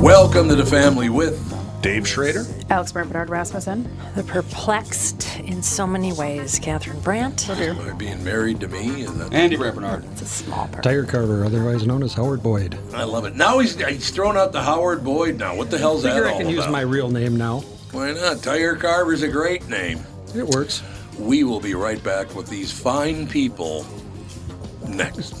Welcome to the family with Dave Schrader. Alex Brant Bernard Rasmussen. The perplexed in so many ways, Catherine Brandt. by being married to me. And that- Andy Rappernard. It's a small person. Tiger Carver, otherwise known as Howard Boyd. I love it. Now he's, he's thrown out the Howard Boyd. Now what the hell's that Figure I all can use about? my real name now. Why not? Tiger Carver's a great name. It works. We will be right back with these fine people next.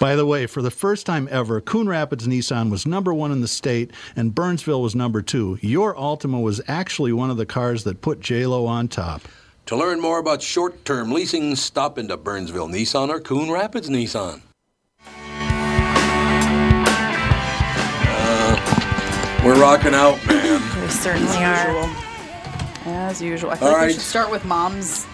By the way, for the first time ever, Coon Rapids Nissan was number one in the state and Burnsville was number two. Your Altima was actually one of the cars that put JLo on top. To learn more about short term leasing, stop into Burnsville Nissan or Coon Rapids Nissan. Uh, we're rocking out, man. We certainly are. As usual. I feel All like right. we should start with mom's.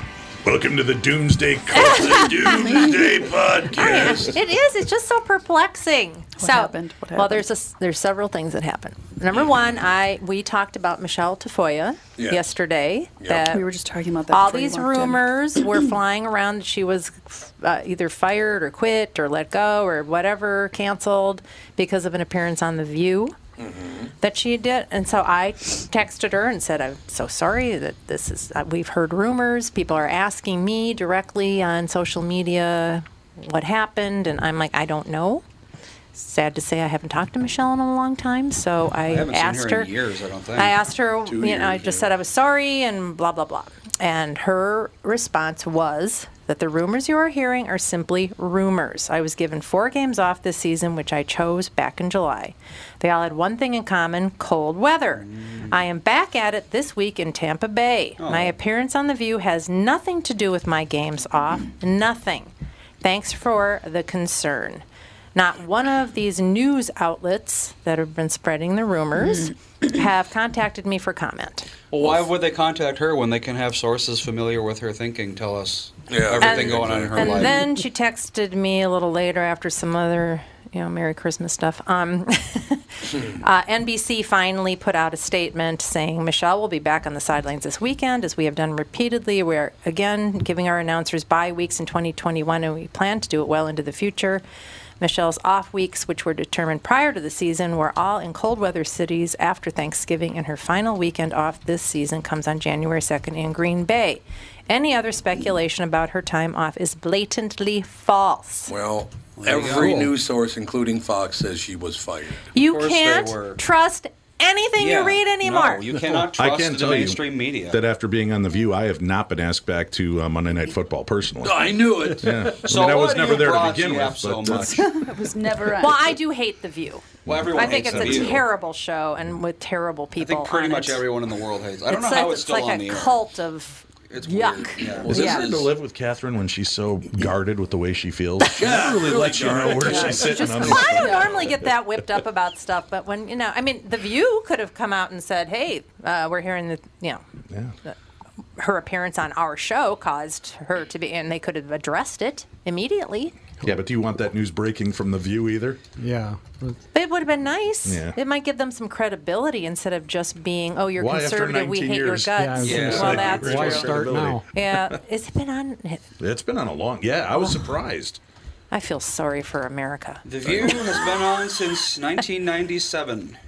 Welcome to the Doomsday Cult, the Doomsday Podcast. It is. It's just so perplexing. so, happened? What well, happened? there's a s there's several things that happen. Number one, I we talked about Michelle Tafoya Yeah. yesterday. That We were just talking about that. all before you these walked in. rumors were flying around that she was uh, either fired or quit or let go or whatever canceled because of an appearance on the view Mm-hmm. that she did and so i texted her and said i'm so sorry that this is uh, we've heard rumors people are asking me directly on social media what happened and i'm like i don't know sad to say i haven't talked to michelle in a long time so i, haven't seen her asked in years, I don't think. i asked her Two you know i years, just yeah. said I was sorry and blah, blah, blah. And her response was that the rumors you are hearing are simply rumors. I was given four games off this season, which I chose back in July. They all had one thing in common cold weather. I am back at it this week in Tampa Bay. My appearance on The View has nothing to do with my games off, nothing. Thanks for the concern. Not one of these news outlets that have been spreading the rumors have contacted me for comment. Well, why would they contact her when they can have sources familiar with her thinking tell us Yeah. everything And- going on in her and life? then she texted me a little later after some other you know merry christmas stuff um, uh, nbc finally put out a statement saying michelle will be back on the sidelines this weekend as we have done repeatedly we are again giving our announcers bye weeks in 2021 and we plan to do it well into the future Michelle's off weeks, which were determined prior to the season, were all in cold weather cities after Thanksgiving, and her final weekend off this season comes on January 2nd in Green Bay. Any other speculation about her time off is blatantly false. Well, you every go. news source, including Fox, says she was fired. You course they were. can't trust anything Yeah, you read anymore. No, you cannot I trust can the tell you mainstream media. that after being on The View, I have not been asked back to uh, Monday Night Football personally. I knew it. so I mean, I why was do never you there to broads begin you with, up so but, uh, much. It was never well, I do hate The View. Well, everyone I think it's hates a The View. terrible show and with terrible I people. think pretty on much it. everyone in the world hates. I don't It's know like, how it's, it's still like on a the air. cult of It's weird. Yuck. Yeah. Is it Yeah. hard to live with Catherine when she's so guarded with the way she feels? She Yeah, really lets you know where Yeah. she's sitting on Well, I this. don't normally get that whipped up about stuff, but when you know, I mean, The View could have come out and said, "Hey, uh, we're hearing that you know, that her appearance on our show caused her to be," and they could have addressed it immediately. Yeah, but do you want that news breaking from The View either? Yeah. But it would have been nice. Yeah. It might give them some credibility instead of just being, "Oh, you're Why after conservative. We 19 hate years? your Yeah, I guts." was Yeah. gonna say, Well, Like, that's why true. start now? Yeah, it's been on. It's been on a long. Yeah, I was surprised. I feel sorry for America. The View has been on since 1997.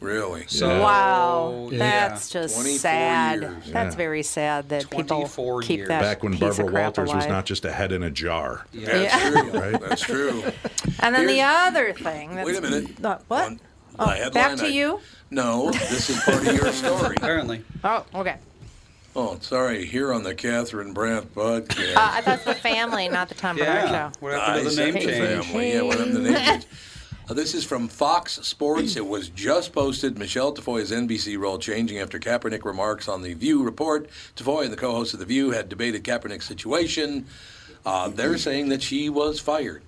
Really? So Wow, yeah. that's just 24 sad. years. That's very sad that people 24 keep years. that Back when piece Barbara of crap Walters was alive. not just a head in a jar. Yeah. That's true. That's true. And then the Here's- other thing. That's, Wait a minute. Uh, what? On the headline, uh, back to I- you? No, this is part of your story. Apparently, Oh, okay. Oh, sorry. Here on the Catherine Brandt podcast. Uh, I thought it's the family, not the Tom yeah. Bernard show. What happened to the I name said change? family. Yeah, what happened to the name change? Uh, This is from Fox Sports. It was just posted. Michelle Tafoya's NBC role changing after Kaepernick remarks on the View report. Tafoya, the co-host of the View, had debated Kaepernick's situation. Uh, they're saying that she was fired.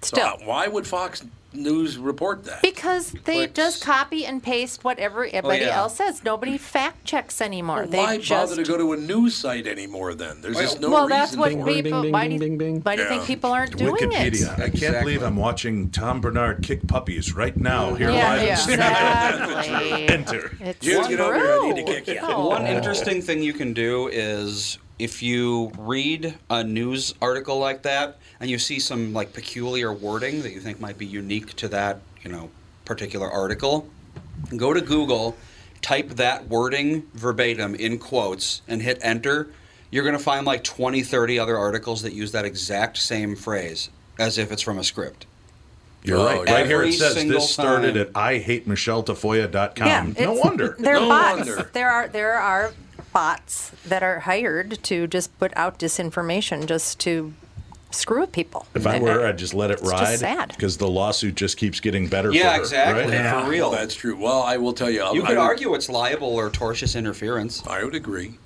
So, Still. uh, why would Fox News report that? Because they Clicks. just copy and paste whatever everybody yeah. else says. Nobody fact checks anymore. Oh, Well, they why just bother to go to a news site anymore? Then there's just no well, reason that's what for it. Bing, people. bing, why do bing, you, bing, bing. Why do you think Yeah. people aren't doing Wikipedia. it? I can't Exactly. believe I'm watching Tom Bernard kick puppies right now here Yeah, live. in studio. exactly. Enter. It's Just get over here. I need to true. kick you. No. One interesting thing you can do is if you read a news article like that and you see some like peculiar wording that you think might be unique to that, you know, particular article, go to Google, type that wording verbatim in quotes and hit enter. You're going to find like 20, 30 other articles that use that exact same phrase as if it's from a script. You're Oh, right. yeah. Right here Every it says single this started time. at IHateMichelleTafoya.com. no it's- wonder. They're No bots. wonder. There are there are bots that are hired to just put out disinformation just to screw with people. If I were, I'd just let it just ride sad. because the lawsuit just keeps getting better. for Yeah, her, exactly. right? For real. That's true. Well, I will tell you. I- You I could would- argue it's liable or tortious interference. I would agree.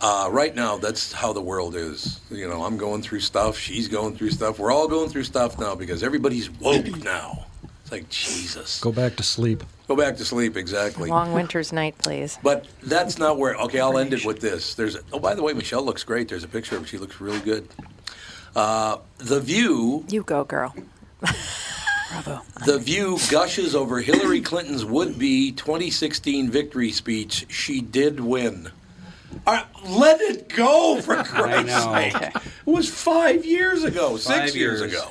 Uh, right now, that's how the world is. You know, I'm going through stuff. She's going through stuff. We're all going through stuff now because everybody's woke now. It's like Jesus. Go, Go back to sleep. back to sleep. Exactly. Long winter's night, please. But that's not where. Okay, I'll end it with this. There's. Oh, by the way, Michelle looks great. There's a picture of her. She looks really good. Uh, the View You go, girl. The View gushes over Hillary Clinton's would be 2016 victory speech. She did win. All right, let it go, for Christ's know. sake. It was five years ago, six Five years. years. ago.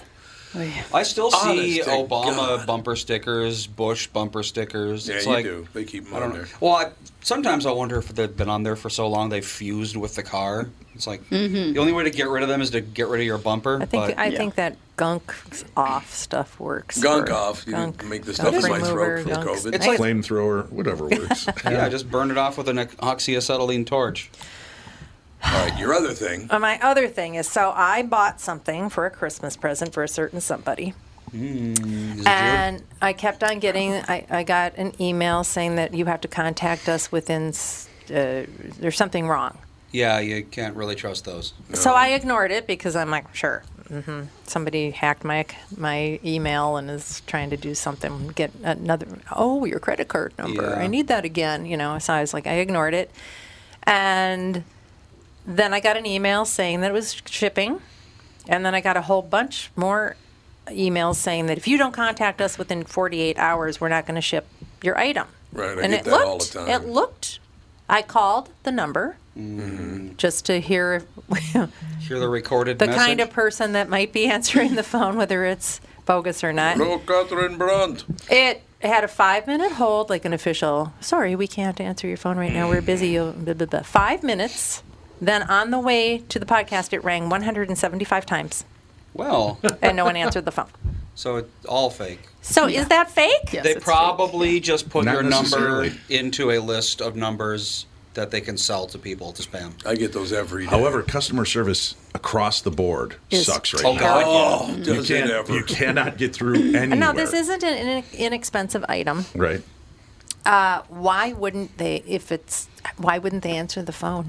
Oh, I still see Honest to Obama God. bumper stickers, Bush bumper stickers. Yeah, it's you like, do. They keep 'em I on don't know. there. Well, I, sometimes I wonder if they've been on there for so long they fused with the car. It's like the only way to get rid of them is to get rid of your bumper. Mm-hmm. I think but I think that gunk off stuff works. Gunk for- off. You gunk- make the gunk stuff in my remover, throat from gunk COVID. It's snake. like- Flamethrower, whatever works. yeah, I just burned it off with an oxyacetylene torch. All right, your other thing. Uh, my other thing is, so I bought something for a Christmas present for a certain somebody. Mm. Oh. and I kept on getting, I, I got an email saying that you have to contact us within, s- uh, there's something wrong. Yeah, you can't really trust those. So I Oh. ignored it because I'm like, sure, hmm somebody hacked my ac- my email and is trying to do something. Get another. Oh, your credit card number. Yeah. I need that again. You know. So I was like, I ignored it, and then I got an email saying that it was shipping, and then I got a whole bunch more emails saying that if you don't contact us within 48 hours, we're not going to ship your item. Right, I and get it that all looked, the time. It looked. I called the number Mm-hmm. just to hear if- Mm. Hear the recorded the message. kind of person that might be answering the phone, whether it's bogus or not. No, Catherine Brandt. It had a five minute hold, like an official, sorry, we can't answer your phone right now. We're busy. You'll- Blah, blah, blah. Five minutes. Then on the way to the podcast, it rang 175 times well, and no one answered the phone. so it's all fake. Mm. So is that fake? Yes, They it's probably just put Not your number necessarily. into a list of numbers that they can sell to people to spam. I get those every day. However, customer service across the board Is sucks right Oh now. God! oh, You, does it can't, ever? you cannot get through anywhere. No, this isn't an in- inexpensive item. Right. Uh, why wouldn't they? If it's why wouldn't they answer the phone?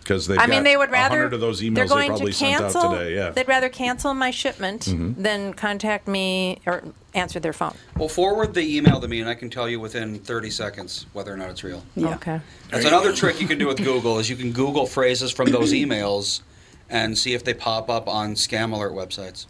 Because they. I mean, they would rather. hundred of those emails they're they going probably to sent cancel. out today. Yeah. Mm-hmm. They'd rather cancel my shipment than contact me or answer their phone. Well, forward the email to me, and I can tell you within 30 seconds whether or not it's real. Yeah. Okay. That's another trick you can do with Google is you can Google phrases from those emails and see if they pop up on scam alert websites.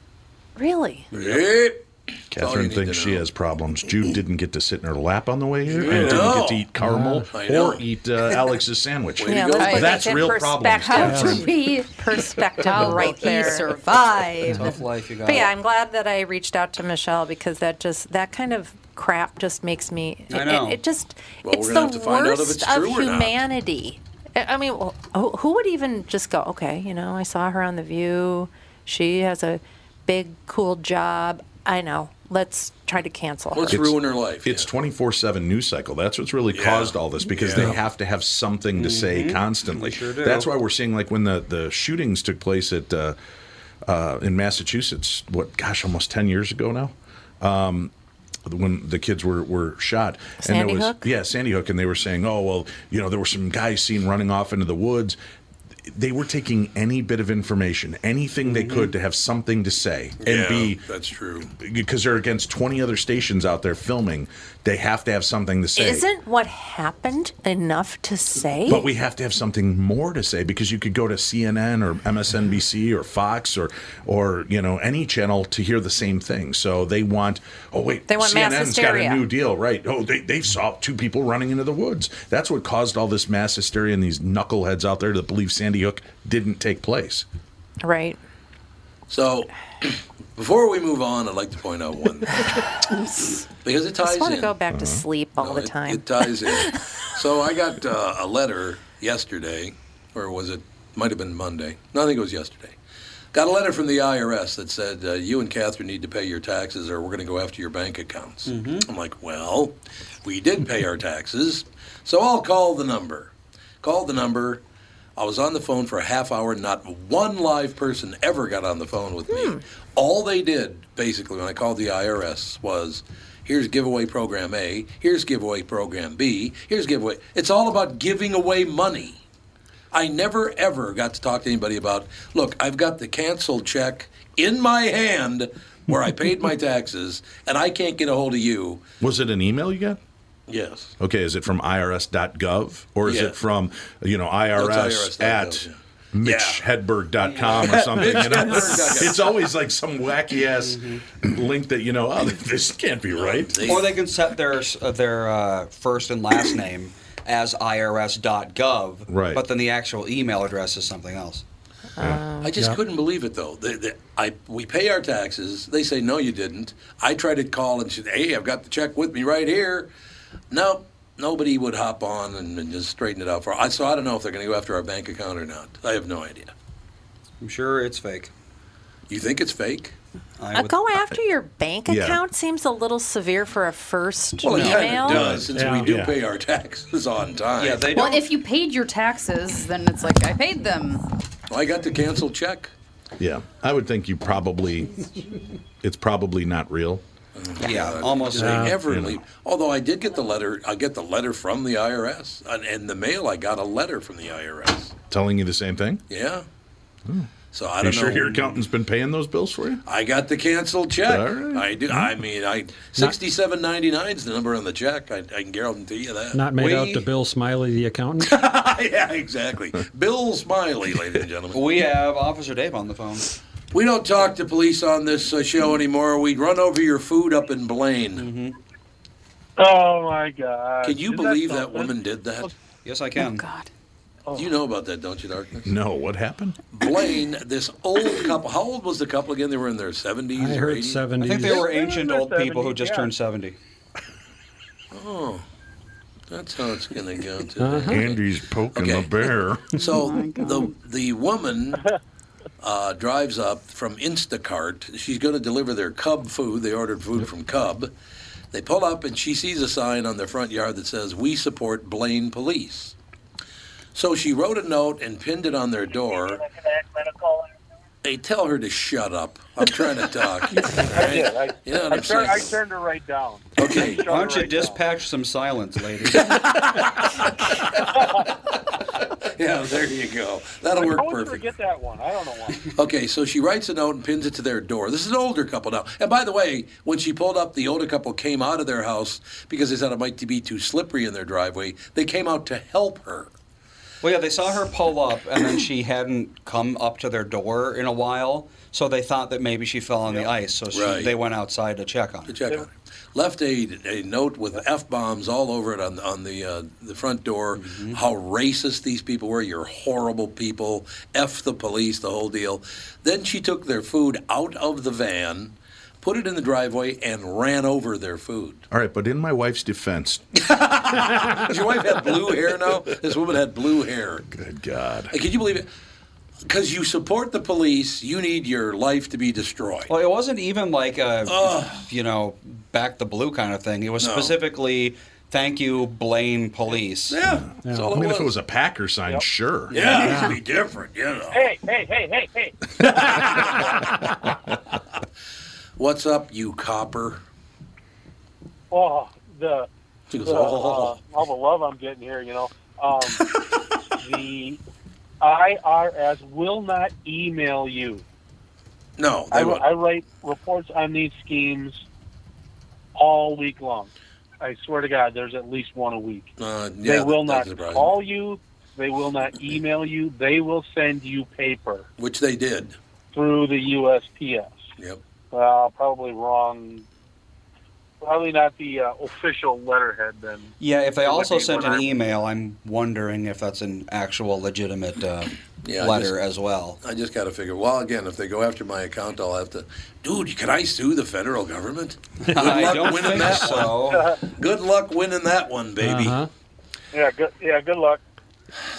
Really? Yep. all you Catherine need thinks to she know. has problems. Jude didn't get to sit in her lap on the way here, and know. didn't get to eat caramel I know. or eat uh, Alex's sandwich. Way to go. let's put That's that in real problems. perspective. Perspective, right he there. survived. Tough life you got. But yeah, I'm glad that I reached out to Michelle because that just that kind of crap just makes me. I it- know. It, it just Well, it's we're the gonna worst have to find out if it's of true or not. humanity. I I mean, well, who who would even just go? Okay, you know, I saw her on the View. She has a big, cool job. I know. Let's try to cancel. her. Let's It's- ruin her life. It's yeah. 24 7 news cycle. That's what's really Yeah. caused all this because Yeah. Mm-hmm. they have to have something to say constantly. sure do. That's why we're seeing, like, when the, the shootings took place at uh, uh, in Massachusetts, what, gosh, almost 10 years ago now? Um, when the kids were, were shot. Sandy was, Hook? Yeah, Sandy Hook. And they were saying, oh, well, you know, there were some guys seen running off into the woods. They were taking any bit of information, anything they could to have something to say and Mm-hmm. Yeah, be That's true. because they're against 20 other stations out there filming, they have to have something to say. Isn't what happened enough to say? but we have to have something more to say because you could go to CNN or MSNBC or Fox or or you know any channel to hear the same thing. So they want oh wait They want mass CNN's got a hysteria. new deal right? Oh they they saw two people running into the woods. That's what caused all this mass hysteria and these knuckleheads out there that believe Sandy Hook didn't take place. right. So, before we move on, I'd like to point out one thing. because it I ties just want in. to go Uh-huh. back to sleep all No, the it- time. It, ties in. so I got uh, a letter yesterday, or was it? Might have been Monday. No, I think it was yesterday. Got a letter from the IRS that said uh, you and Catherine need to pay your taxes, or we're going to go after your bank accounts. I'm like, well, we did pay our taxes, so I'll call the number. Called the number. I was on the phone for a half hour. Not one live person ever got on the phone with me. Hmm. All they did, basically, when I called the IRS was here's giveaway program A, here's giveaway program B, here's giveaway. It's all about giving away money. I never, ever got to talk to anybody about, look, I've got the canceled check in my hand where I paid my taxes and I can't get a hold of you. Was it an email you got? Yes. Okay, is it from IRS.gov or is Yeah. it from you know IRS That's IRS.gov, at yeah. MitchHedberg.com or something? You know? it's always like some wacky ass link that you know. Oh, this can't be right. Mm-hmm. They- Or they can set their uh, their uh, first and last name as irs.gov, Right. but then the actual email address is something else. Um, I just couldn't believe it though. The, the, I we pay our taxes. They say no, you didn't. I tried to call and said, "Hey, I've got the check with me right here." No, nobody would hop on and, and just straighten it out for. I so I don't know if they're going to go after our bank account or not. I have no idea. I'm sure it's fake. You think it's fake? I Uh, would- go after your bank Yeah. account seems a little severe for a first Well, it kind email. of does since Yeah. we do Yeah. pay our taxes on time. yeah, they don't. Well, if you paid your taxes, then it's like I paid them. I got the canceled check. Yeah, I would think you probably. It's probably not real. yeah, almost. They never leave. Although I did get the letter. I get the letter from the IRS, and, and Uh, the mail. I got a letter from the IRS. Telling you the same thing. Yeah. So I Are don't you sure know. your accountant's been paying those bills for you? I got the canceled check. All right. I do. I mean, I sixty-seven ninety-nine is the number on the check. I, I can guarantee you that. Ah, Not made We- out to Bill Smiley, the accountant. yeah, exactly. Bill Smiley, ladies and gentlemen. We have Officer Dave on the phone. We don't talk to police on this uh, show anymore. We run over your food up in Blaine. Mm-hmm. Oh my God! Uh, Can you Isn't believe that, something? woman did that? Oh. Yes, I can. God. You know about that, don't you, Darkness? No. What happened? Blaine, this old couple. How old was the couple again? They were in their seventies. I heard I 70s. think they were ancient in their old people who 70s, just yeah. turned 70. Oh, That's how it's gonna go today. Uh-huh. Andy's poking Uh-huh. Okay. the bear. Oh So the the woman uh, drives up from Instacart. She's going to deliver their Cub food. They ordered food from Cub. They pull up and she sees a sign on their front yard that says "We support Blaine Police." So she wrote a note and pinned it on their door. Hey, tell her to shut up. I'm trying to talk. I did. I, You know what I, I'm turned, I saying? turned her right down. Okay. Why don't you dispatch some silence, lady? yeah, there you go. That'll work I always perfect. forget that one. I don't know why. Okay, so she writes a note and pins it to their door. This is an older couple now. And by the way, when she pulled up, the older couple came out of their house because they thought it might be too slippery in their driveway. They came out to help her. Well, yeah, they saw her pull up, and then she hadn't come up to their door in a while, so they thought that maybe she fell on the ice. So she, Right. they went outside to check on to her. check on it. Left a, a note with f bombs all over it on on the uh, the front door. How racist these people were! You're horrible people. F the police, the whole deal. Then she took their food out of the van, put it in the driveway, and ran over their food. All right, but in my wife's defense, Does your wife have blue hair now? This woman had blue hair. good God, Like, can you believe it? Because you support the police, you need your life to be destroyed. Well, it wasn't even like a you know back the blue kind of thing. It was No. specifically thank you, blame police. Yeah, that's all I it mean, was. if it was a Packer sign, sure. yeah, it'd be different, you know. Hey, hey, hey, hey, hey. What's up, you copper? Oh, the, She goes, the, "Oh." uh, all the love I'm getting here, you know. Um, the IRS will not email you. No, I, they won't. I write reports on these schemes all week long. I swear to God, there's at least one a week. Uh, yeah, they will that- not that's surprising. call you. They will not email you. They will send you paper Which they did. through the USPS. Yep. Well, probably wrong. Probably not the uh, official letterhead then. Yeah, if they It would also be sent when an I- email, I'm wondering if that's an actual legitimate uh, Yeah, I letter as well. I just got to figure. Well, again, if they go after my account, I'll have to. Dude, can I sue the federal government? Good I luck don't winning think that so. one. Good luck winning that one, baby. Uh-huh. Yeah, good. Yeah, good luck.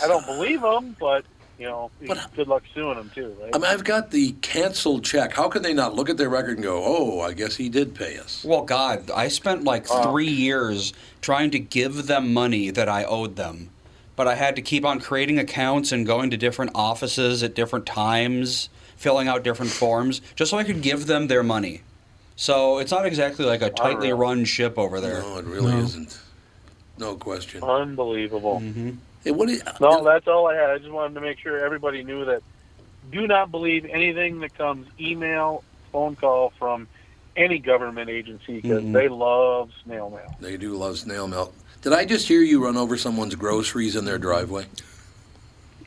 I don't believe them, but you know, But- good luck suing them too, right? I mean, I've got the canceled check. How can they not look at their record and go, "Oh, I guess he did pay us"? Well, God, I spent like three years trying to give them money that I owed them, but I had to keep on creating accounts and going to different offices at different times, filling out different forms, just so I could give them their money. So it's not exactly like a tightly run ship over there. No, it really isn't. No question. Unbelievable. Mm-hmm. Hey, what? uh, Is, No, that's all I had. I just wanted to make sure everybody knew that. Do not believe anything that comes email, phone call from any government agency because Mm-hmm. they love snail mail. They do love snail mail. Did I just hear you run over someone's groceries in their driveway?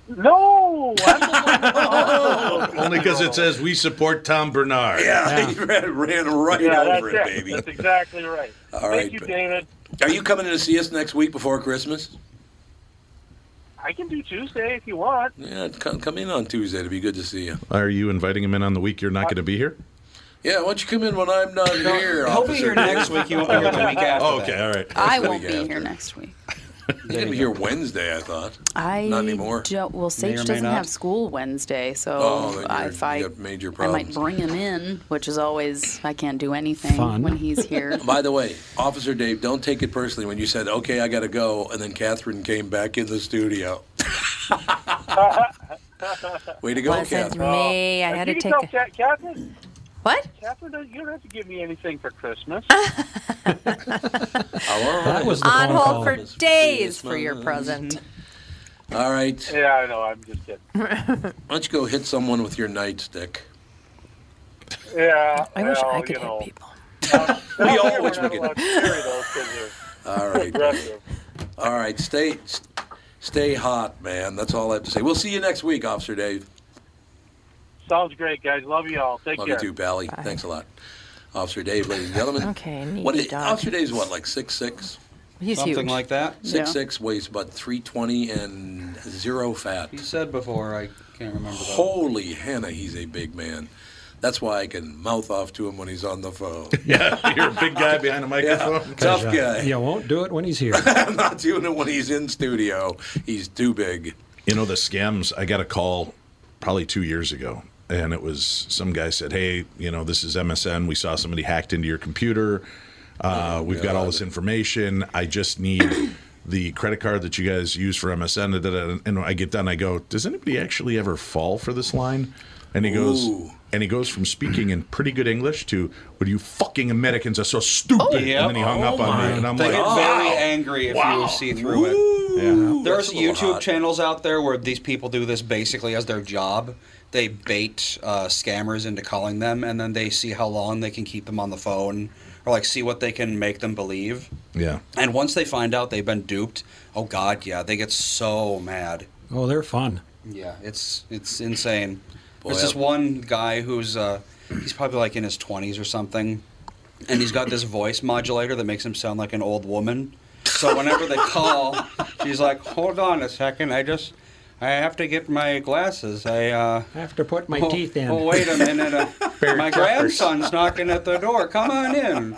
No, I'm the one- Only because it says we support Tom Bernard. Yeah, he ran, ran right Yeah, that's over it. it, baby. That's exactly right. All Thank right, you, but- David. Are you coming in to see us next week before Christmas? I can do Tuesday if you want. Yeah, come, come in on Tuesday. It'd be good to see you. Are you inviting him in on the week you're not going to be here? Yeah, why don't you come in when I'm not here? He'll be officer? here next week. You won't be here the week after. Oh, that. okay, all right. I the won't week be after. here next week. He's gonna be here Wednesday, I thought. I Not anymore. Don't, well, or Sage may doesn't not. have school Wednesday, so Oh, then I- you're- if I, you got major I might problems. bring him in, which is always I can't do anything Fun. when he's here. By the way, Officer Dave, don't take it personally when you said, "Okay, I gotta go," and then Catherine came back in the studio. Way to go, Wasn't Catherine. me. I If had you to can take. tell A, Ca- Catherine. what? Catherine, don't- you don't have to give me anything for Christmas. Hello. That was the On phone hold call. for Christmas, days for your Christmas. present. All right, yeah, I know. I'm just kidding. let's go hit someone with your nightstick. Yeah. I wish well, I could you know, hit people. we all we're wish we not could. allowed to carry those 'cause they're All right, aggressive. all right, stay, stay hot, man. That's all I have to say. We'll see you next week, Officer Dave. Sounds great, guys. Love you all. Take Love care. you too, Pally. Thanks a lot. Officer Dave, ladies and gentlemen. Okay, neat What is, dog. Officer Dave's what, like six six? He's Something huge. like that. Six Yeah. six weighs about three twenty and zero fat. You said before. I can't remember. that. Holy Hannah, he's a big man. That's why I can mouth off to him when he's on the phone. Yeah, you're a big guy behind a microphone. Tough Yeah, guy. uh, You won't do it when he's here. I'm not doing it when he's in studio. He's too big. You know the scams. I got a call probably two years ago, and it was some guy said, "Hey, you know this is MSN. We saw somebody hacked into your computer. Uh, we've got all this information. I just need." The credit card that you guys use for MSN, da, da, da. and when I get done. I go, does anybody actually ever fall for this line? And he goes, and he goes from speaking in pretty good English to, "What you fucking Americans are so stupid?" And then he hung oh up on me, and I'm they like, get very angry if Oh Wow. you see through it. Yeah. There's That's a little YouTube hot. channels out there where these people do this basically as their job. They bait uh, scammers into calling them, and then they see how long they can keep them on the phone, or like see what they can make them believe. "Yeah." And once they find out they've been duped, oh god, yeah, they get so mad. Oh, they're fun. Yeah, it's it's insane. Boy, There's this I- one guy who's uh, he's probably like in his 20s or something, and he's got this voice modulator that makes him sound like an old woman. So whenever they call, she's like, "Hold on a second, I just I have to get my glasses. I uh, have to put my oh, teeth in." Oh wait a minute, uh, my Chuckers. grandson's knocking at the door. Come on in."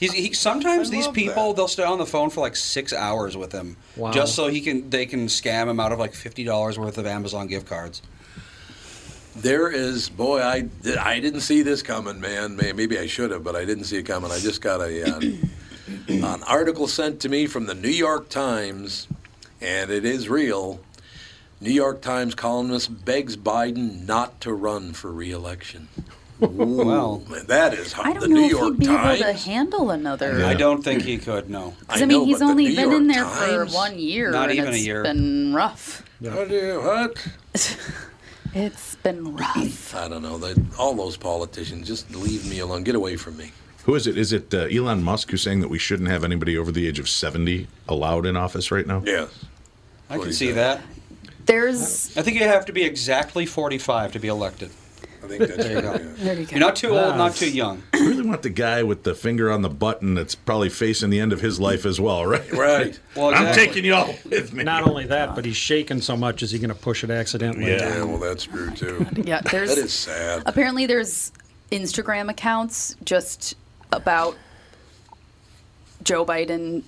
He's, he, sometimes these people they'll stay on the phone for like six hours with him, Wow. just so he can they can scam him out of like fifty dollars worth of Amazon gift cards. There is, boy, I, I didn't see this coming, man. May- Maybe I should have, but I didn't see it coming. I just got a uh, an article sent to me from the New York Times, and it is real. New York Times columnist begs Biden not to run for re-election. Well, man, that is hard. I don't the know New if York he'd be Times. able to handle another. I don't think he could. No, 'Cause, I, mean, he's only been in there for one year. Not and even a it's year. Been rough. What do you- what? It's been rough. I don't know. They, all those politicians, just leave me alone. Get away from me. Who is it? Is it uh, Elon Musk who's saying that we shouldn't have anybody over the age of 70 allowed in office right now? Yes. I can see that. There's I think you have to be exactly forty-five to be elected. I think that's there you go. There you go. You're not too old, not too young. I really want the guy with the finger on the button that's probably facing the end of his life as well, right? Right. Well, I'm exactly. taking you all with me. Not only that, but he's shaking so much, is he going to push it accidentally? Yeah. Yeah, well, that's true too. Yeah, there's. That is sad. Apparently, there's Instagram accounts just about Joe Biden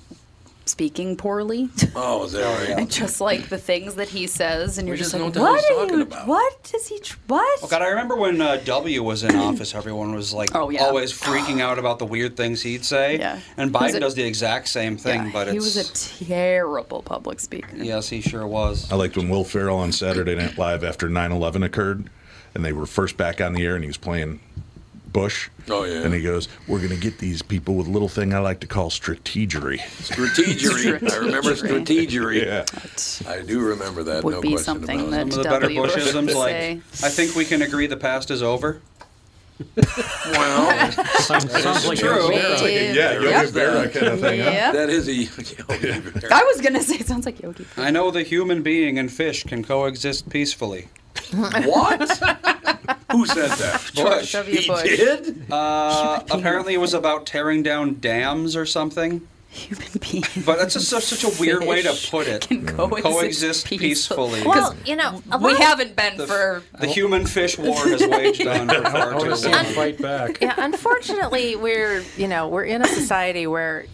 speaking poorly, Oh, is that right? and just like the things that he says, and you're We just just know like, what the hell what he's talking are you? about." What is he? tr- What? Oh God, I remember when uh, W was in office, everyone was like Oh, yeah. always freaking out about the weird things he'd say. Yeah. And He was Biden a- does the exact same thing, Yeah, but he it's was a terrible public speaker. yes, he sure was. I liked when Will Ferrell on Saturday Night Live after 9 11 occurred and they were first back on the air and he was playing Bush. Oh, yeah. And he goes, We're going to get these people with a little thing I like to call strategery. Strategery. I remember strategery. Yeah. I do remember that. Would no be question something about that- Some of the better W. Bush would Bushisms, like say. I think we can agree the past is over. it. Wow. Sounds, sounds like true. you're- It's like a, yeah, Yogi Yep. Berra kind of thing. huh? Yep. that is a Yogi Bear. I was gonna say it sounds like Yogi. I know the human being and fish can coexist peacefully. What? Who said that? Bush. W. He Bush. did? Uh, apparently, it was about tearing down dams or something. Human being. But that's just such, such a weird way to Fish put it. Can coexist, Coexist peacefully. Well, Well, you know, a we lot of- haven't been The, for. the human fish war is waged on for far I too want to see long. him fight back. yeah, unfortunately, we're you know we're in a society where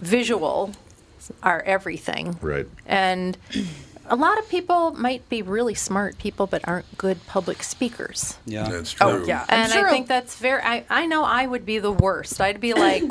visual are everything, Right. and a lot of people might be really smart people but aren't good public speakers. Yeah. That's true. and sure I think that's very. I, I know I would be the worst. I'd be like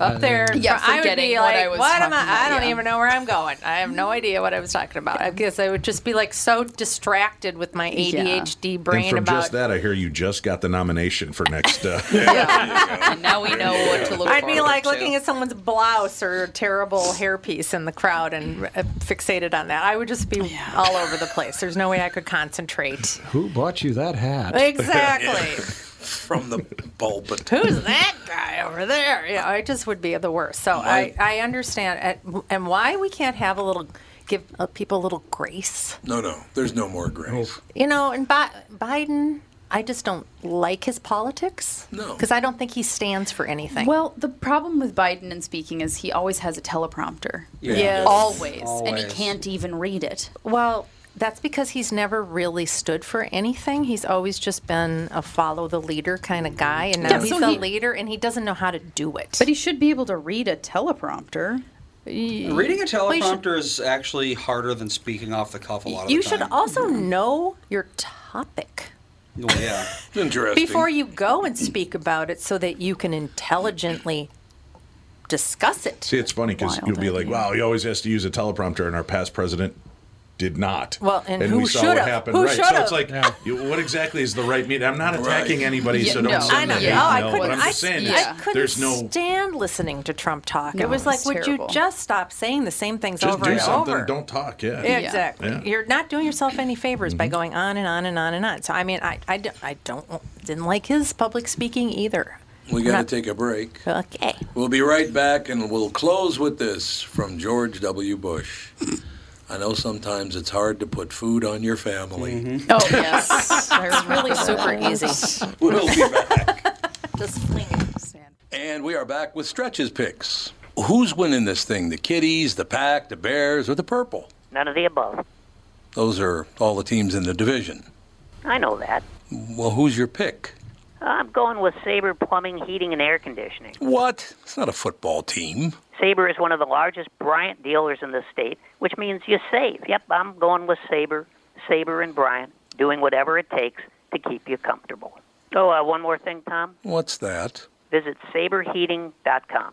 Uh, up there. in Yeah, front- I would be forgetting what like, I was am I? talking about, I don't yeah. even know where I'm going. I have no idea what I was talking about. I guess I would just be like so distracted with my ADHD brain And from about. just that, I hear you just got the nomination for next. Uh, And now we know what to look I'd for. be like too. looking at someone's blouse or terrible hairpiece in the crowd and uh, fixated on that. I would just be all over the place. There's no way I could concentrate. Who bought you that hat? Exactly. From the pulpit. who's that guy over there? Yeah, I just would be the worst. So I, I understand and- and why we can't have a little give uh, people a little grace. No, no. There's no more grace. You know, and Bi- Biden, I just don't like his politics. No. because I don't think he stands for anything. Well, the problem with Biden and speaking is he always has a teleprompter. Yeah. Yes. Always. And he Always. can't even read it. well, that's because he's never really stood for anything. He's always just been a follow the leader kind of guy, and now Yeah, he's so the he- leader, and he doesn't know how to do it. But he should be able to read a teleprompter. Reading a you should- teleprompter is actually harder than speaking off the cuff a lot of you the should time. also know your topic. Well, yeah. Interesting. before you go and speak about it so that you can intelligently discuss it. See, it's funny because Wild you'll be like, idea. "Wow, he always has to use a teleprompter," and our past president did not. Well, and who we saw should've? what happened. Who right. So should've? it's like, you- what exactly is the right media? I'm not attacking anybody, Yeah, so don't no. send I know. the hate Yeah. Oh, I mail, couldn't- But I'm I- just saying, yeah. there's- I couldn't there's no stand listening to Trump talk. No, it was like, it's would terrible. you just stop saying the same things Just over do and something. over? Don't talk. Yeah. Exactly. Yeah. Mm-hmm. You're not doing yourself any favors by going on and on and on and on. So I mean, I, I, don't- I don't didn't like his public speaking either. We got to take a break. Okay. We'll be right back and we'll close with this from George W. Bush. I know sometimes it's hard to put food on your family. Oh, yes. it's really super easy. We'll be back. Just And we are back with stretches picks. Who's winning this thing? The Kitties, the Pack, the Bears, or the Purple? None of the above. Those are all the teams in the division. I know that. Well, who's your pick? I'm going with Sabre Plumbing, Heating, and Air Conditioning. What? It's not a football team. Sabre is one of the largest Bryant dealers in the state, which means you save. Yep, I'm going with Sabre, Sabre and Bryant, doing whatever it takes to keep you comfortable. Oh, uh, one more thing, Tom. What's that? Visit saberheating.com. Ah.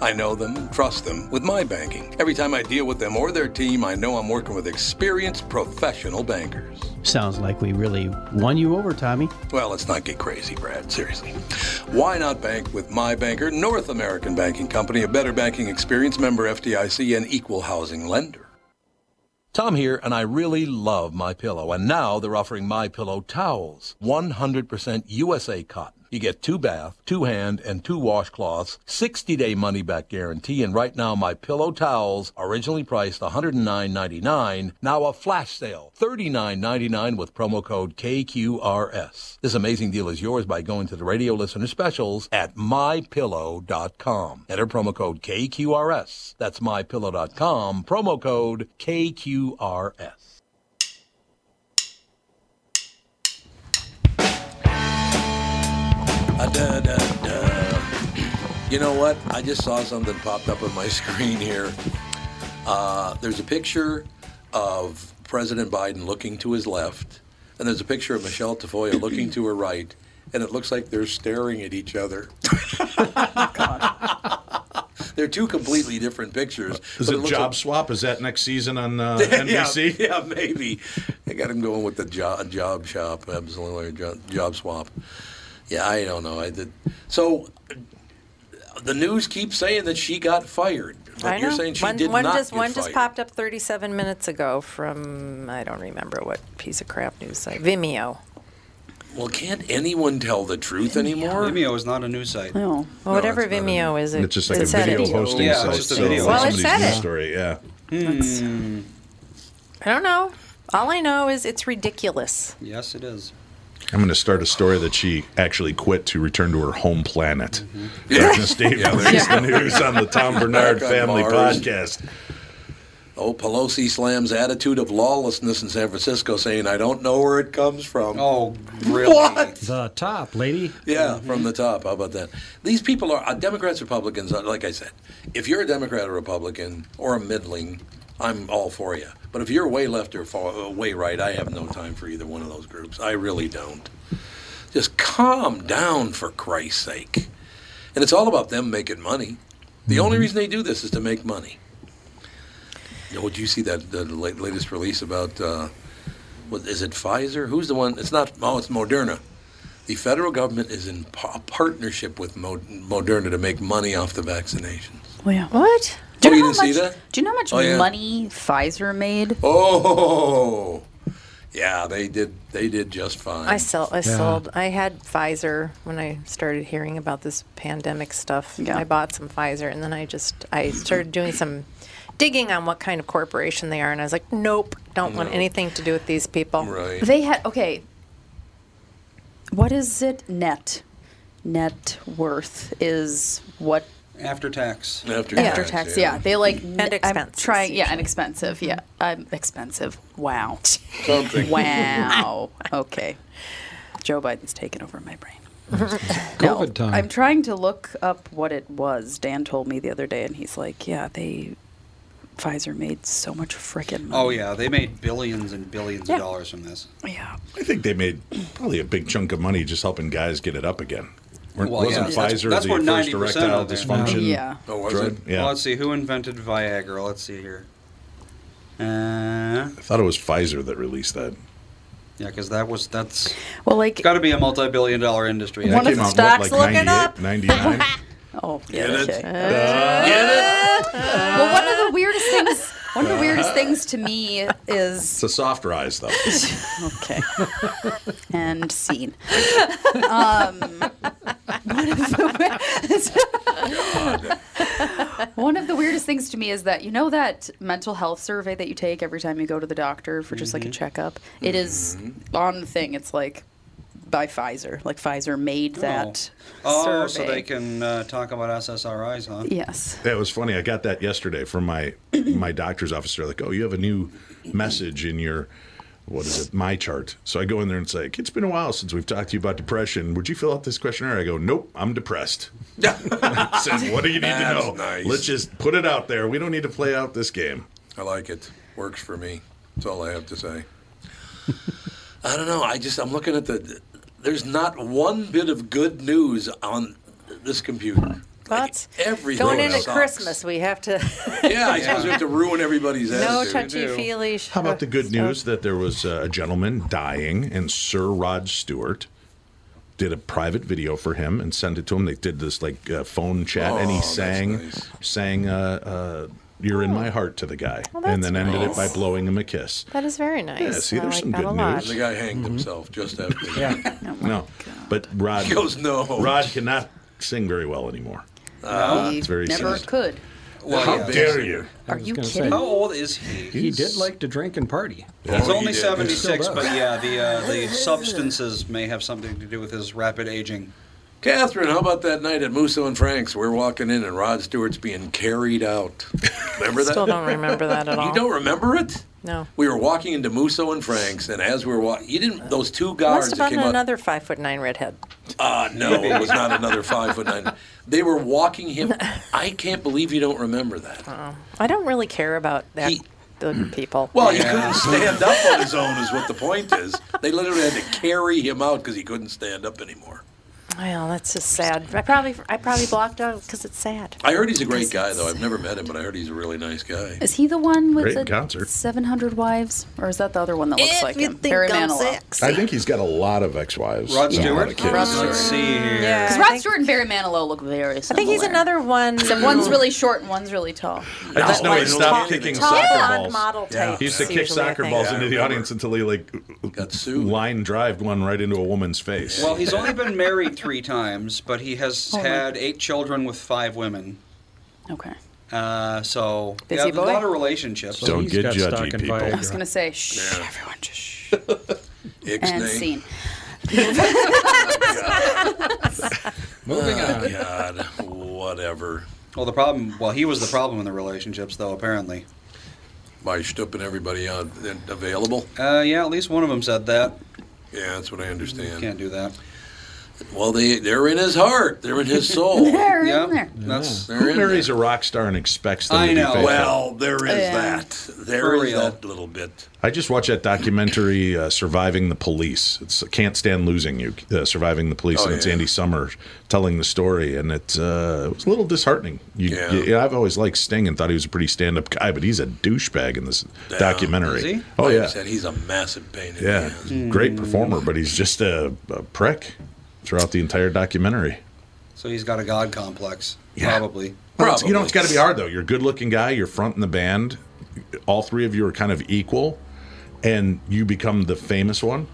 I know them and trust them with my banking. Every time I deal with them or their team, I know I'm working with experienced professional bankers. Sounds like we really won you over, Tommy. Well, let's not get crazy, Brad. Seriously. Why not bank with my banker, North American Banking Company, a better banking experience, member FDIC, and equal housing lender? Tom here, and I really love my pillow. And now they're offering my pillow towels, 100% USA cotton. You get two bath, two hand, and two washcloths, 60-day money-back guarantee. And right now, my pillow towels, originally priced $109.99, now a flash sale, $39.99 with promo code KQRS. This amazing deal is yours by going to the radio listener specials at mypillow.com. Enter promo code KQRS. That's mypillow.com, promo code KQRS. Uh, da, da, da. You know what? I just saw something popped up on my screen here. Uh, there's a picture of President Biden looking to his left, and there's a picture of Michelle Tafoya looking to her right, and it looks like they're staring at each other. they're two completely different pictures. Is but it looks job like- swap? Is that next season on uh, Yeah, NBC? Yeah, maybe. They got him going with the job, job shop, absolutely, job, job swap. Yeah, I don't know. I did. So uh, the news keeps saying that she got fired. But I you're know. saying she one, did one not just get one fired. just popped up 37 minutes ago from I don't remember what piece of crap news site Vimeo. Well, can't anyone tell the truth anymore? Vimeo is not a news site. No, No, whatever it's not a- Vimeo is, it, It's just like it a said video it. hosting Yeah, site. it's just a so video. Well, it somebody's said news it. story. Yeah. Hmm, I don't know. All I know is it's ridiculous. Yes, it is. I'm going to start a story that she actually quit to return to her home planet. Yeah. Darkness Dave Yeah, there breaks you go. the news on the Tom Bernard Back on Family Mars. Podcast. Oh, Pelosi slams attitude of lawlessness in San Francisco, saying, "I don't know where it comes from." Oh, really? What? The top, lady. Yeah, from the top. How about that? These people are uh, Democrats, Republicans. uh, Like I said, if you're a Democrat or Republican or a middling, I'm all for you. But if you're way left or far, uh, way right, I have no time for either one of those groups. I really don't. Just calm down, for Christ's sake. And it's all about them making money. The only reason they do this is to make money. You know, did you see that the la- latest release about? Uh, what is it? Pfizer? Who's the one? It's not. Oh, it's Moderna. The federal government is in pa- a partnership with Mo- Moderna to make money off the vaccinations. Oh, What? you how didn't see much, that? Do you know how much Oh, yeah. money Pfizer made? Oh, yeah, they did. They did just fine. I sold. I Yeah. sold. I had Pfizer when I started hearing about this pandemic stuff. Yeah. I bought some Pfizer, and then I just I started doing some digging on what kind of corporation they are, and I was like, nope, don't want No. anything to do with these people. Right. They had okay. What is it net? Net worth is what After tax. After after tax. Yeah. they like And n- I'm expenses, trying. Yeah, and expensive. Yeah, I'm expensive. Wow. Something. Wow. okay. Joe Biden's taken over my brain. COVID time. I'm trying to look up what it was. Dan told me the other day, and he's like, "Yeah, they Pfizer made so much frickin' money." Oh yeah, they made billions and billions Yeah. of dollars from this. Yeah. I think they made probably a big chunk of money just helping guys get it up again. Weren't- Well, wasn't yeah. That's- Pfizer that's the where first 90% erectile of their- dysfunction? Yeah. Oh, was drug? it? Yeah. Well, let's see who invented Viagra. Let's see here. Uh, I thought it was Pfizer that released that. yeah, because that was that's well, like got to be a multi-billion-dollar industry. One of the stocks looking up. 99. Oh, yeah, Get okay. Uh, well, one of the weirdest things. One of the weirdest things to me is It's a soft rise, though. okay. and scene. Um, one, of the one of the weirdest things to me is that you know that mental health survey that you take every time you go to the doctor for just Mm-hmm. like a checkup. It is on the thing. It's like by Pfizer. Like Pfizer made that Oh, survey. so they can uh, talk about SSRIs, huh? Yes. That was funny. I got that yesterday from my my doctor's office. They're like, "Oh, you have a new message in your what is it? My chart." So I go in there and it's like, "It's been a while since we've talked to you about depression. Would you fill out this questionnaire?" I go, "Nope, I'm depressed." I said, "What do you need to That's know? nice. Let's just put it out there. We don't need to play out this game." I like it. Works for me. That's all I have to say. I don't know. I just I'm looking at the. There's not one bit of good news on this computer. But Everything going into sucks. Christmas, we have to. Yeah, I suppose we have to ruin everybody's no Yes, touchy they do. feely. How about the good news that there was uh, a gentleman dying, and Sir Rod Stewart did a private video for him and sent it to him. They did this like uh, phone chat, and Oh, he that's sang sang uh, uh, "You're in Oh. My Heart" to the guy, and then ended it by nice. blowing him a kiss. That is very nice. Yeah, see, I there's like some that a good lot. news. The guy hanged himself just after. Oh, Yeah. no, but Rod He goes, "No." Rod cannot sing very well anymore. Uh, No? it's very never sad. could. Well, How yeah. dare you? I was you gonna kidding? How old is he? He did like to drink and party. He's Oh, he only did. He 76, still but does. yeah, the uh, the substances may have something to do with his rapid aging. Catherine, how about that night at Musso and Frank's? We're walking in and Rod Stewart's being carried out. Remember that? Still don't remember that at all. You don't remember it? No. We were walking into Musso and Frank's, and as we were walking, you didn't. Those two guards Must that have came been out. another five foot nine redhead. Uh, no, it was not another five foot nine. They were walking him. I can't believe you don't remember that. Oh. I don't really care about that. the people. Well, he couldn't stand up on his own, is what the point is. They literally had to carry him out because he couldn't stand up anymore. Well, that's just sad. I probably I probably blocked out because it's sad. I heard he's a great guy, though. I've never met him, but I heard he's a really nice guy. Is he the one with Great the concert. 700 wives, or is that the other one that looks like him? Barry Manilow. I think he's got a lot of ex-wives. Rod and a lot Stewart? of kids. Rod Stewart. Let's see here. Because I Rod think- Stewart and Barry Manilow look very similar. think he's another one. Except one's really short and one's really tall. I just know he stopped kicking soccer balls. Yeah. He used to types, kick usually, I soccer think. balls Yeah, I into the remember. audience until he like got sued. Line drive one right into a woman's face. Well, he's only been married three times, but he has Oh, my- had eight children with five women. Okay. Uh, so Busy yeah, boy? a lot of relationships. So Don't he's get got judgy, stock in people. I was going to say, shh, everyone just shh. and Ixnay. scene. Moving on. Oh, God, whatever. Well, the problem. Well, he was the problem in the relationships, though. Apparently. By stooping everybody on available. Uh, yeah, at least one of them said that. Yeah, that's what I understand. Can't do that. Well, they they're in his heart. They're in his soul. they're in there. That's They're Who in marries a rock star and expects them I to be know. faithful? Well, there is Yeah. that. There For is real. that little bit. I just watched that documentary, uh, "Surviving the Police." It's "Can't Stand Losing You," uh, "Surviving the Police," Oh, and it's yeah. Andy Summers telling the story, and it, uh, it was a little disheartening. You, Yeah. you- I've always liked Sting and thought he was a pretty stand-up guy, but he's a douchebag in this Yeah. documentary. Oh Like you yeah, said, he's a massive pain. in the yeah, ass. great performer, but he's just a, a prick throughout the entire documentary. So he's got a god complex, probably. Well, it's- You know, it's got to be hard though. You're a good-looking guy. You're front in the band. All three of you are kind of equal, and you become the famous one.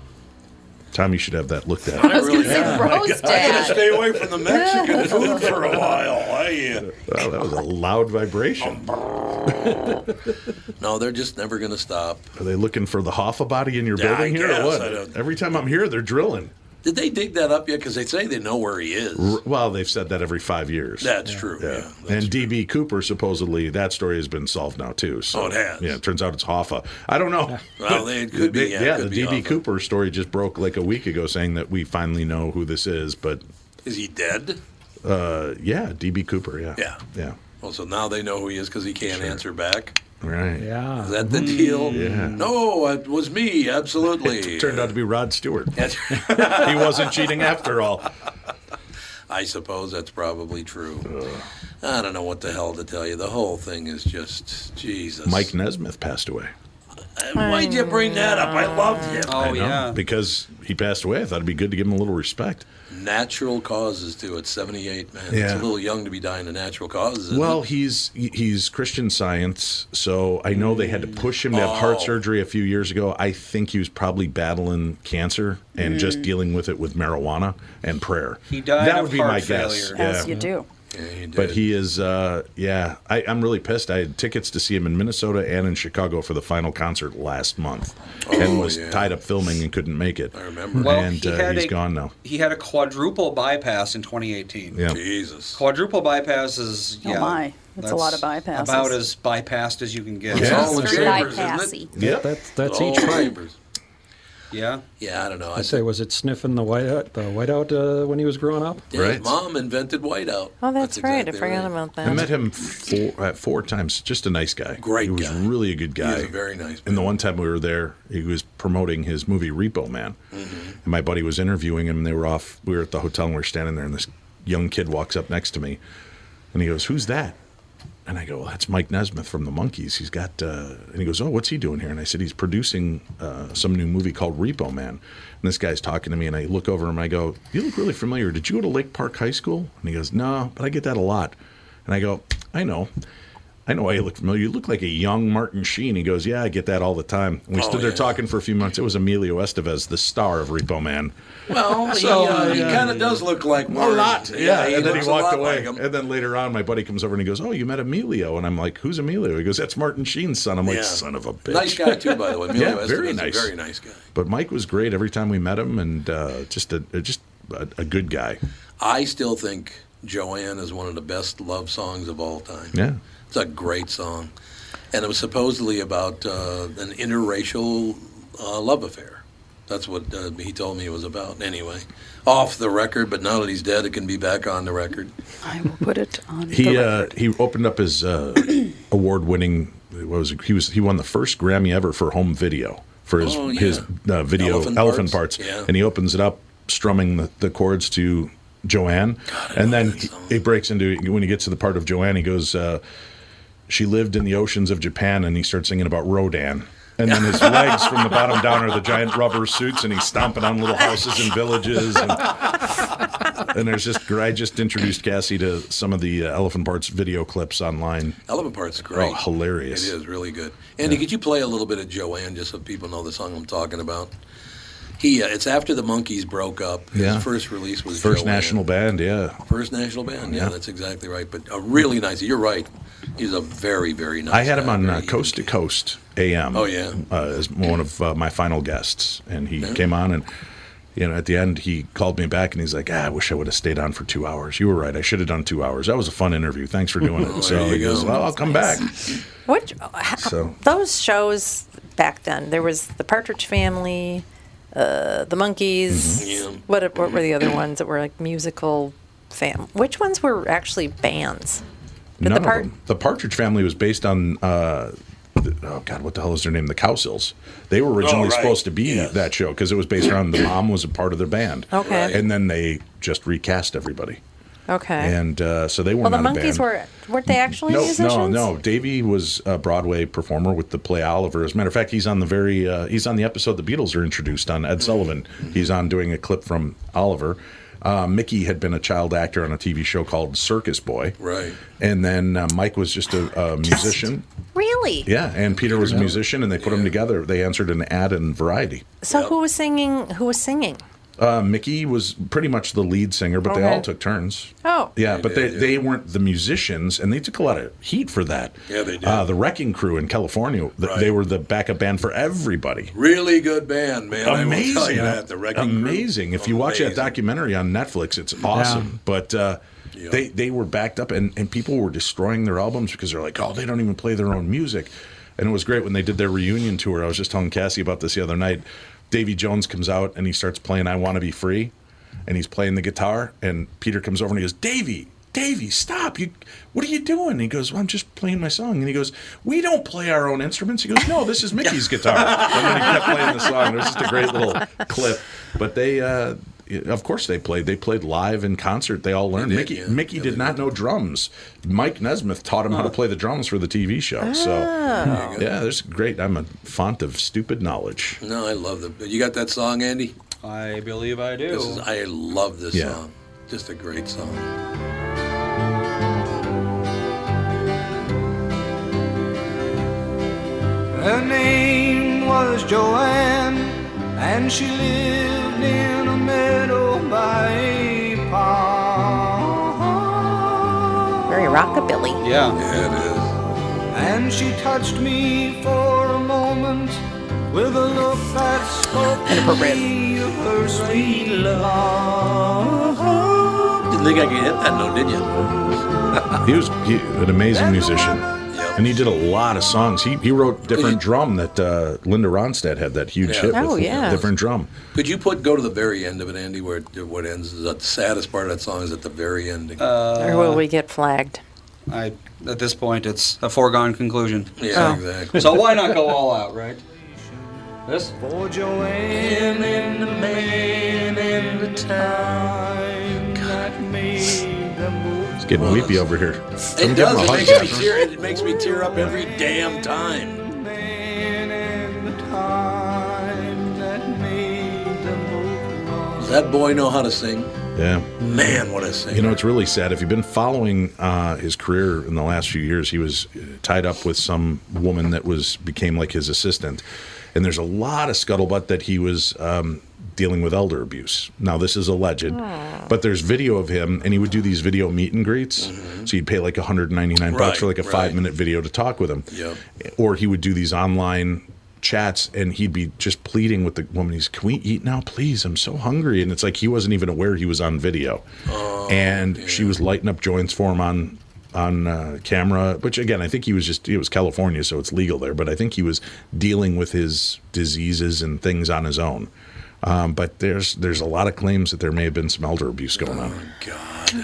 Tom, you should have that looked at. I was gonna say roast I it. gotta stay away from the Mexican food for a while. I, uh, wow, that was a loud vibration. No, they're just never going to stop. Are they looking for the Hoffa body in your Yeah, I building here guess. or what? I don't- Every time I'm here, they're drilling. Did they dig that up yet? Because they say they know where he is. R- Well, they've said that every five years. That's true. Yeah. and DB Cooper supposedly that story has been solved now too. So Oh, it has. Yeah, it turns out it's Hoffa. I don't know. Well, it could be, They- yeah, it could the be DB Hoffa. Cooper story just broke like a week ago, saying that we finally know who this is. But Is he dead? uh, yeah, DB Cooper. Yeah. Yeah. Yeah. Well, so now they know who he is because he can't answer back. Right. Is that Hmm. the deal? Yeah. No, it was me. Absolutely. It turned out to be Rod Stewart. That's- he wasn't cheating after all. I suppose that's probably true. I don't know what the hell to tell you. The whole thing is just Jesus. Uh, Mike Nesmith passed away. Why'd you bring that up? I loved him. I know, Because he passed away, I thought it'd be good to give him a little respect. Natural causes too. At 78, man, it's Yeah. a little young to be dying of natural causes. isn't Well, it? he's he's Christian Science, so I know they had to push him to have Oh. heart surgery a few years ago. I think he was probably battling cancer and just Mm. dealing with it with marijuana and prayer. Hmm. He died That of would be heart my guess. failure. As you do. But he is, uh, yeah. I, I'm really pissed. I had tickets to see him in Minnesota and in Chicago for the final concert last month, Oh, and was tied up filming and couldn't make it. I remember. Well, and he uh, had he's a- gone now. He had a quadruple bypass in 2018. Yeah. Jesus. Quadruple bypass is Oh yeah. my. That's a lot of bypasses. About as bypassed as you can get. It's all in chambers, isn't it? bypassy. Yeah, that's- that's All each pipe. chambers. Yeah. Yeah, I don't know. I I say, was it sniffing the white out, the white out uh, when he was growing up? Yeah, His mom invented whiteout. Oh, that's, right. exactly I forgot right. about that. I met him four, uh, four times. Just a nice guy. Great. He was really a good guy. He's a very nice. And the one time we were there, he was promoting his movie Repo Man, and my buddy was interviewing him. And they were off. We were at the hotel, and we were standing there, and this young kid walks up next to me, and he goes, "Who's that?" And I go, well, "That's Mike Nesmith from the Monkees. He's got." Uh, and he goes, "Oh, what's he doing here?" And I said, "He's producing uh, some new movie called Repo Man." And this guy's talking to me, and I look over him. I go, "You look really familiar. Did you go to Lake Park High School?" And he goes, "No, but I get that a lot." And I go, "I know." I know why you look familiar. You look like a young Martin Sheen. He goes, Yeah, I get that all the time. And we Oh, stood there yeah. talking for a few months. It was Emilio Estevez, the star of Repo Man. Well, So, he, uh, he yeah. kind of does look like A Warren. lot. Yeah. and then looks he a walked lot away. like him. and then later on, my buddy comes over and he goes, Oh, you met Emilio. And I'm like, Who's Emilio? He goes, That's Martin Sheen's son. I'm like, Yeah. Son of a bitch. Nice guy too, by the way. Emilio yeah, Estevez very is a nice. very nice guy. But Mike was great every time we met him and uh, just a just a, a good guy. I still think Joanne is one of the best love songs of all time. Yeah. It's a great song. And it was supposedly about uh, an interracial uh, love affair. That's what uh, he told me it was about. Anyway, off the record, but now that he's dead, it can be back on the record. I will put it on He the uh, he opened up his uh, award winning. What was it? he was he won the first Grammy ever for home video for his Oh, yeah. his uh, video Elephant Elephant, Parts? Parts, Yeah. and he opens it up strumming the, the chords to Joanne, and then he, he breaks into when he gets to the part of Joanne, he goes. Uh, she lived in the oceans of Japan, and he starts singing about Rodan. And then his legs from the bottom down are the giant rubber suits, and he's stomping on little houses and villages. And, and there's just I just introduced Cassie to some of the uh, Elephant Parts video clips online. Elephant Part's great. Oh, hilarious. It is really good. Andy, could you play a little bit of Joanne just so people know the song I'm talking about? He, uh, it's after the Monkees broke up. His Yeah. first release was First Joanne. national band, yeah. First national band. Yeah, Yeah. that's exactly right. But a really nice. You're right. He's a very very nice. I had him on uh, Coast to Coast AM. Oh, yeah. uh, as one of uh, my final guests, and he came on and. You know, at the end, he called me back and he's like, ah, "I wish I would have stayed on for two hours. You were right; I should have done two hours. That was a fun interview. Thanks for doing it." Oh, so there he you goes, go. "Well, I'll come That's What So- uh, those shows back then? There was the Partridge Family, uh, the Monkeys. Mm-hmm. What what were the other ones that were like musical fam? Which ones were actually bands? back." None the of part- them. The Partridge Family was based on, uh, the, oh God, what the hell is their name? The Cowsills. They were originally Oh, right. supposed to be that show because it was based around the mom was a part of their band. Okay. Right. and then they just recast everybody, Okay. and uh, so they were well, the not a Monkeys band. were weren't they actually no, musicians? No, no. Davey was a Broadway performer with the play Oliver. As a matter of fact, he's on the very uh, he's on the episode the Beatles are introduced on Ed Sullivan. He's on doing a clip from Oliver. Uh, Mickey had been a child actor on a TV show called Circus Boy, Right. and then uh, Mike was just a, a musician. Really? Yeah, and Peter was a musician, and they put them together. They answered an ad in Variety. So who was singing? Who was singing? Uh, Mickey was pretty much the lead singer, but they Okay. all took turns. Oh. Yeah, but they, they weren't the musicians, and they took a lot of heat for that. Yeah, they did. Uh, the Wrecking Crew in California, th- they were the backup band for everybody. Really good band, man. I will tell amazing, you that. The Wrecking Crew. amazing. If you watch that documentary on Netflix, it's awesome. But uh, they they were backed up, and and people were destroying their albums because they're like, oh, they don't even play their own music. And it was great when they did their reunion tour. I was just telling Cassie about this the other night. Davy Jones comes out and he starts playing "I Want to Be Free," and he's playing the guitar. And Peter comes over and he goes, "Davy, Davy, stop! You, what are you doing?" And he goes, well, "I'm just playing my song." And he goes, "We don't play our own instruments." He goes, "No, this is Mickey's guitar." and then he kept playing the song. It was just a great little clip. But they, uh, of course, they played. They played live in concert. They all learned. Mickey, Mickey did not know drums. Mike Nesmith taught him how to play the drums for the TV show. So, Oh. yeah, there's great. I'm a font of stupid knowledge. No, I love them. You got that song, Andy? I believe I do. This is, I love this Yeah. song. Just a great song. Her name was Joanne, and she lived in a meadow by a pond. Very rockabilly. Yeah. And she touched me for a moment with a look that spoke to me of her sweet love. Didn't think I could hit that note, did you? He was he, an amazing musician. And he did a lot of songs. He, he wrote different drum that uh, Linda Ronstadt had that huge Yeah. hit Oh, with yeah. different drum. Could you put go to the very end of it, Andy? Where it, what ends is the saddest part of that song is at the very ending. or will we get flagged? Uh, I at this point it's a foregone conclusion. Yeah, Oh. exactly. So why not go all out, right? This For Joanne and the man and the time that made the move. It's getting weepy over here. it Someone give him does. a hug, It makes me Catherine. tear. It makes me tear up every damn time. Does that boy know how to sing? Yeah. Man, what a singer. You know, it's really sad. If you've been following uh, his career in the last few years, he was uh, tied up with some woman that was became like his assistant, and there's a lot of scuttlebutt that he was um, dealing with elder abuse. Now, this is alleged, Ah. but there's video of him, and he would do these video meet and greets. Mm-hmm. So you'd pay like 199 bucks Right, for like a right. five minute video to talk with him Yep. or he would do these online chats and he'd be just pleading with the woman he's can we eat now please i'm so hungry and it's like he wasn't even aware he was on video and she was lighting up joints for him on on uh, camera which again i think he was just it was california so it's legal there but i think he was dealing with his diseases and things on his own um, but there's there's a lot of claims that there may have been some elder abuse going on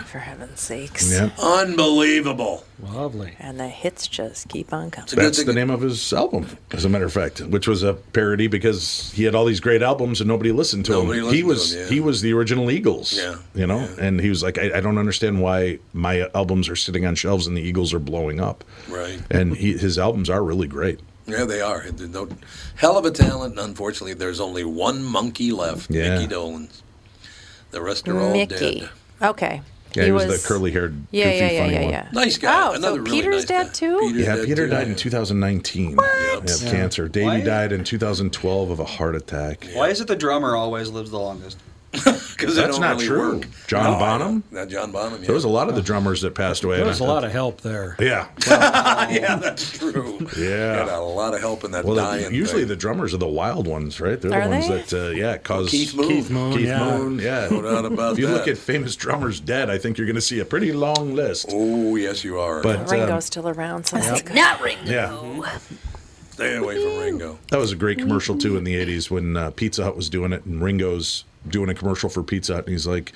For heaven's sakes. Yeah. Unbelievable. Lovely. And the hits just keep on coming. That's the name of his album, as a matter of fact, which was a parody because he had all these great albums and nobody listened to Nobody him. listened he to was him, yeah. he was the original Eagles. Yeah, you know, and he was like, I, I don't understand why my albums are sitting on shelves and the Eagles are blowing up. Right. And he, his albums are really great. Yeah, they are. They're No, hell of a talent. And unfortunately, there's only one monkey left, Yeah. Mickey Dolenz. The rest are all Mickey. dead. Okay. Yeah, he was the curly-haired, Yeah, goofy, yeah, yeah, funny yeah, one. yeah. Nice guy. Oh, Another so really Peter's nice guy. dead too. Peter's yeah, dead Peter too. died in 2019 of Yeah. cancer. Davey Why- died in 2012 of a heart attack. Why is it the drummer always lives the longest? Because That's not true. John Bonham. Now, John Bonham. There was a lot of the drummers that passed away. There and was a I- lot of help there. Yeah. yeah, that's true. Yeah. Got a lot of help in that Well, the- dying usually thing. the drummers are the wild ones, right? They're Are the ones they? that, uh, yeah, cause Keith Moon. Keith Moon, Keith yeah. Moon, yeah. No doubt about if you look that. at famous drummers dead, I think you're going to see a pretty long list. Oh yes, you are. But um, Ringo's still around, so Yeah. that's good. Not Ringo. yeah, Stay away from Ringo. that was a great commercial too in the '80s when uh, Pizza Hut was doing it, and Ringo's doing a commercial for Pizza Hut, and he's like.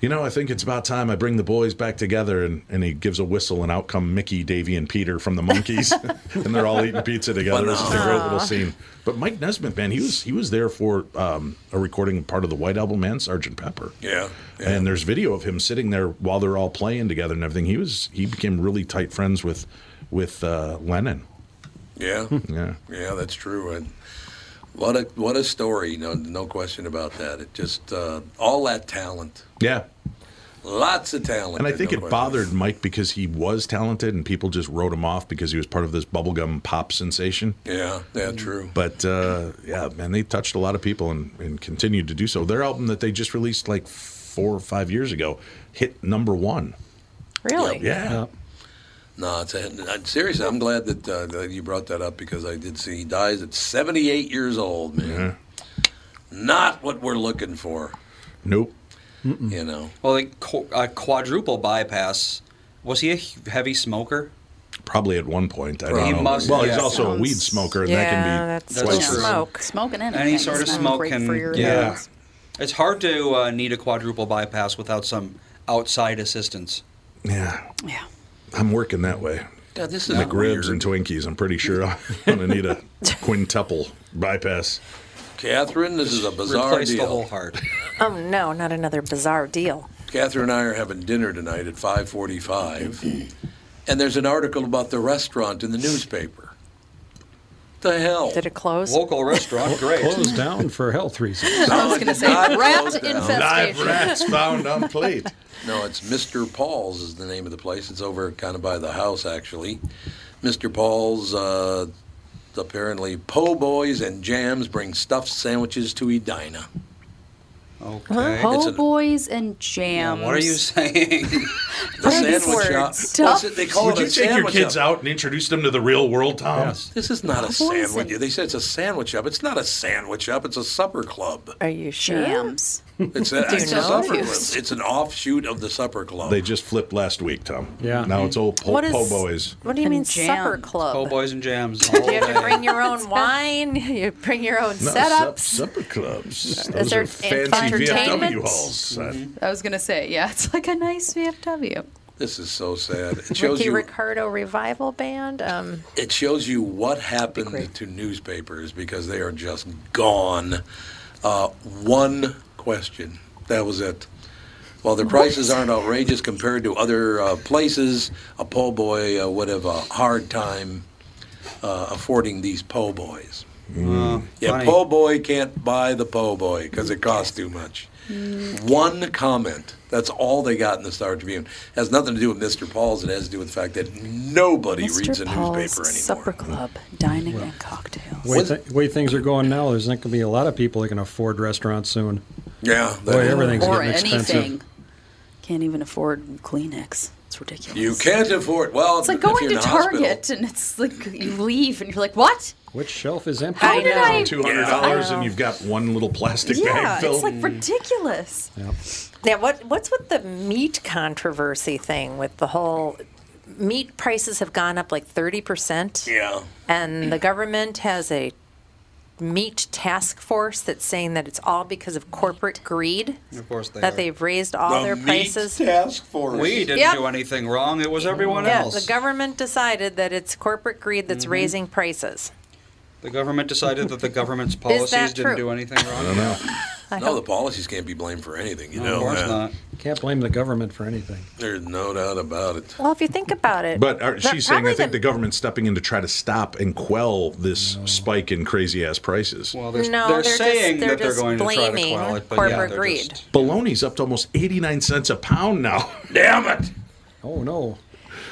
You know, I think it's about time I bring the boys back together. And, and he gives a whistle, and out come Mickey, Davy, and Peter from the Monkeys, and they're all eating pizza together. This is a great little Aw. scene. But Mike Nesmith, man, he was he was there for um, a recording of part of the White Album and Sergeant Pepper. Yeah. And there's video of him sitting there while they're all playing together and everything. He was he became really tight friends with with uh, Lennon. Yeah. Yeah. Yeah, that's true. And what a what a story. No no question about that. It just uh, all that talent. Yeah. Lots of talent. And I think no it question. bothered Mike because he was talented and people just wrote him off because he was part of this bubblegum pop sensation. Yeah, yeah, true. But uh, yeah, man, they touched a lot of people and, and continued to do so. Their album that they just released like four or five years ago hit number one. Really? Yeah. No, it's a, I'm seriously. I'm glad that, uh, that you brought that up because I did see he dies at 78 years old, man. Not what we're looking for, Nope. you know. Well, like qu- uh, quadruple bypass. Was he a h- heavy smoker? Probably at one point. I don't He know. must- well, he's yeah. also a weed smoker, and that Yeah, can be that's- quite that's true. Smoke. Smoking anything. Any sort of is not smoke great can, for your yeah. lungs. It's hard to uh, need a quadruple bypass without some outside assistance. Yeah. I'm working that way. God, this is McRibs weird. and Twinkies. I'm pretty sure I'm going to need a quintuple bypass. Catherine, this is a bizarre replace the deal. whole heart. Oh no, not another bizarre deal. Catherine and I are having dinner tonight at 5:45, and there's an article about the restaurant in the newspaper. The hell? Did it close? Local restaurant, great. Closed down for health reasons. I was going to say rat infestation. on plate. No, it's Mr. Paul's is the name of the place. It's over kind of by the house, actually. Mr. Paul's, uh, apparently, po' boys and jams bring stuffed sandwiches to Edina. Okay. Po' It's a- boys and jams. What are you saying? the sandwich shop. What's it- they call Would it you a take your sandwich kids shop. out and introduce them to the real world, Tom? This is not a Poison. sandwich. They said it's a sandwich shop. It's not a sandwich shop. It's a supper club. Are you sure? Jams. It's a, Do it's you a supper club. notice? It's an offshoot of the supper club. They just flipped last week, Tom. Yeah. Now it's old po, What is- po boys. What do you And mean jam. supper club? Po' boys and jams. Do you have to bring your own wine? You bring your own No, sup- setup. supper clubs. Is Those there are fancy entertainment? VFW halls. son. Mm-hmm. I was going to say, yeah, it's like a nice VFW. This is so sad. It shows Ricky you Ricardo revival band. Um, it shows you what happened to newspapers because they are just gone. Uh, one question. That was it. While their prices aren't outrageous compared to other uh, places, a po' boy uh, would have a hard time uh, affording these po' boys. Yeah, Mm, Funny. po' boy can't buy the po' boy because it costs too much. Mm. One comment. That's all they got in the Star Tribune. has nothing to do with Mr. Paul's. It has to do with the fact that nobody Mr. reads a Paul's newspaper anymore. Supper club, dining and cocktails. Way, th- way things are going now, there's not going to be a lot of people that can afford restaurants soon. Yeah, boy, everything's or getting expensive. anything. Can't even afford Kleenex. It's ridiculous. You can't afford. Well, It's like if going you're to in the hospital- Target and it's like you leave and you're like, what? Which shelf is empty? How did I? Two hundred dollars, and you've got one little plastic yeah, bag filled. it's like ridiculous. Now, what what's with the meat controversy thing? With the whole meat prices have gone up like thirty percent. Yeah. and the government has a meat task force that's saying that it's all because of corporate greed Of course they that are. they've raised all The their meat prices. Task force. We didn't Yep. do anything wrong. It was everyone yeah, else. the government decided that it's corporate greed that's raising prices. The government decided that the government's policies that didn't true? do anything wrong. I don't know. I no, the policies can't be blamed for anything. You No, know, of course that. not. Can't blame the government for anything. There's no doubt about it. Well, if you think about it, But are, that she's saying, I probably think the government's stepping in to try to stop and quell this spike in crazy ass prices. Well, they're- No, they're they're just- saying they're that they're just going to try to blaming quell it, but yeah, corporate they're greed. just- Bologna's up to almost 89 cents a pound now. Damn it! Oh, no.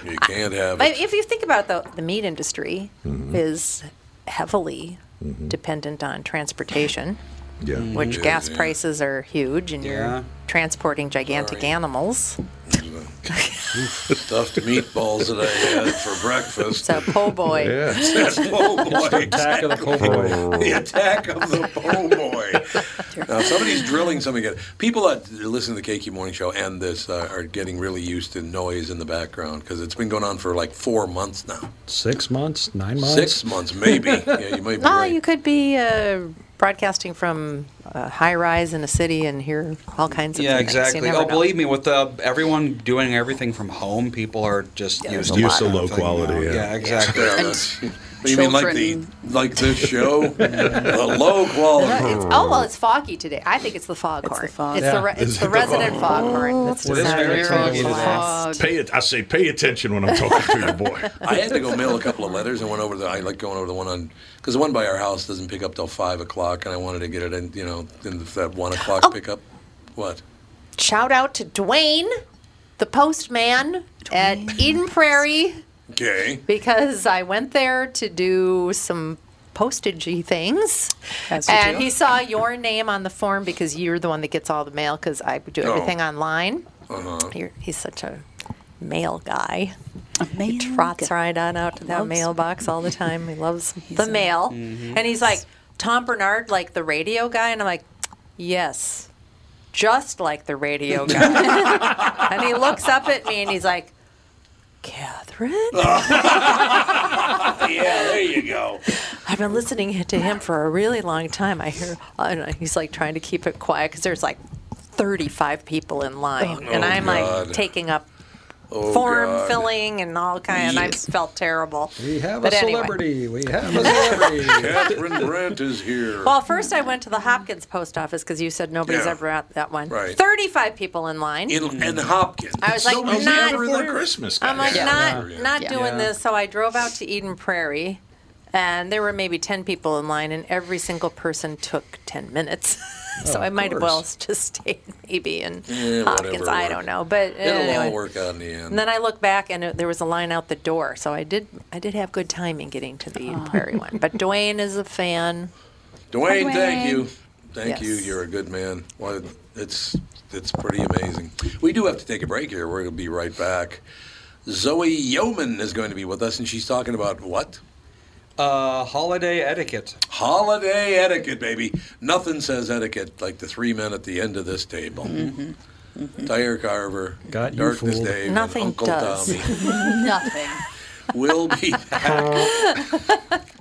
You can't have But it. if you think about the the meat industry is heavily dependent on transportation, Yeah. which It gas is, yeah. prices are huge, and Yeah. you're transporting gigantic Sorry. animals. Stuffed meatballs that I had for breakfast. So po' Oh, boy. Yeah. That's po' boy. It's the attack of the po' exactly. boy. the attack of the po' boy. Now, somebody's drilling something. At, people that listen to the KQ Morning Show and this uh, are getting really used to noise in the background because it's been going on for like four months now. Six months, nine months? Six months, maybe. yeah, you might be Ah, right. you could be uh, broadcasting from a high rise in a city and hear all kinds of Yeah, things. You exactly. never Oh, know. believe me, with uh, everyone doing everything from home, people are just used, there's a to lot. low quality. yeah. yeah, exactly. Yeah, that's- What do you mean, like the like this show, the low quality? It's, oh well, it's foggy today. I think it's the foghorn. It's the fog. It's, Yeah. the, re- Is it's it the the resident fog? foghorn. That's Well, it's decided very to foggy today. relax. Pay it. I say, pay attention when I'm talking to your boy. I had to go mail a couple of letters and went over the. I like going over the one on because the one by our house doesn't Oh. pick up till five o'clock, and I wanted to get it in, you know, in that one o'clock pickup. What? shout out to Dwayne, the postman at Eden Prairie, Okay. because I went there to do some postagey things. As you and do. he saw your name on the form because you're the one that gets all the mail because I do Oh. everything online. Uh-huh. You're, he's such a mail guy. he trots right on out to that Loves- mailbox all the time. He loves the mail. Mhm. And he's like, Tom Bernard, like the radio guy. And I'm like, yes, just like the radio guy. and he looks up at me and he's like, yeah, there you go. I've been listening to him for a really long time. I hear, and he's like trying to keep it quiet because there's like 35 people in line. Oh, and I'm God. like taking up Oh, form God. filling and all kind, and I Yes. felt terrible. We have But a anyway. celebrity. We have a celebrity. Catherine Brandt is here. Well, first I went to the Hopkins post office because you said nobody's Yeah. ever at that one. Right. 35 people in line. in, and Hopkins. I was like, Nobody's not ever there. Christmas. I'm like, guys. not, Yeah. not doing Yeah. this. So I drove out to Eden Prairie, and there were maybe 10 people in line, and every single person took 10 minutes. so Oh, I of might have well course. just stayed maybe in Yeah, Eh, whatever Hopkins. I worked. don't know. But It'll anyway. all work out in the end. And then I look back, and it, there was a line out the door. So I did, I did have good timing getting to the Eden Oh. Prairie one. But Dwayne is a fan. Dwayne, Hi, thank Dwayne. you. Thank you. Yes. You're a good man. Well, it's it's pretty amazing. We do have to take a break here. We're going to be right back. Zoe Yeoman is going to be with us, and she's talking about what? Uh, holiday etiquette. Holiday etiquette, baby. Nothing says etiquette like the three men at the end of this table. Mm-hmm. Mm-hmm. Tire Carver, Got you Darkness fooled. Dave, Nothing and Uncle does. Tommy Nothing. will be back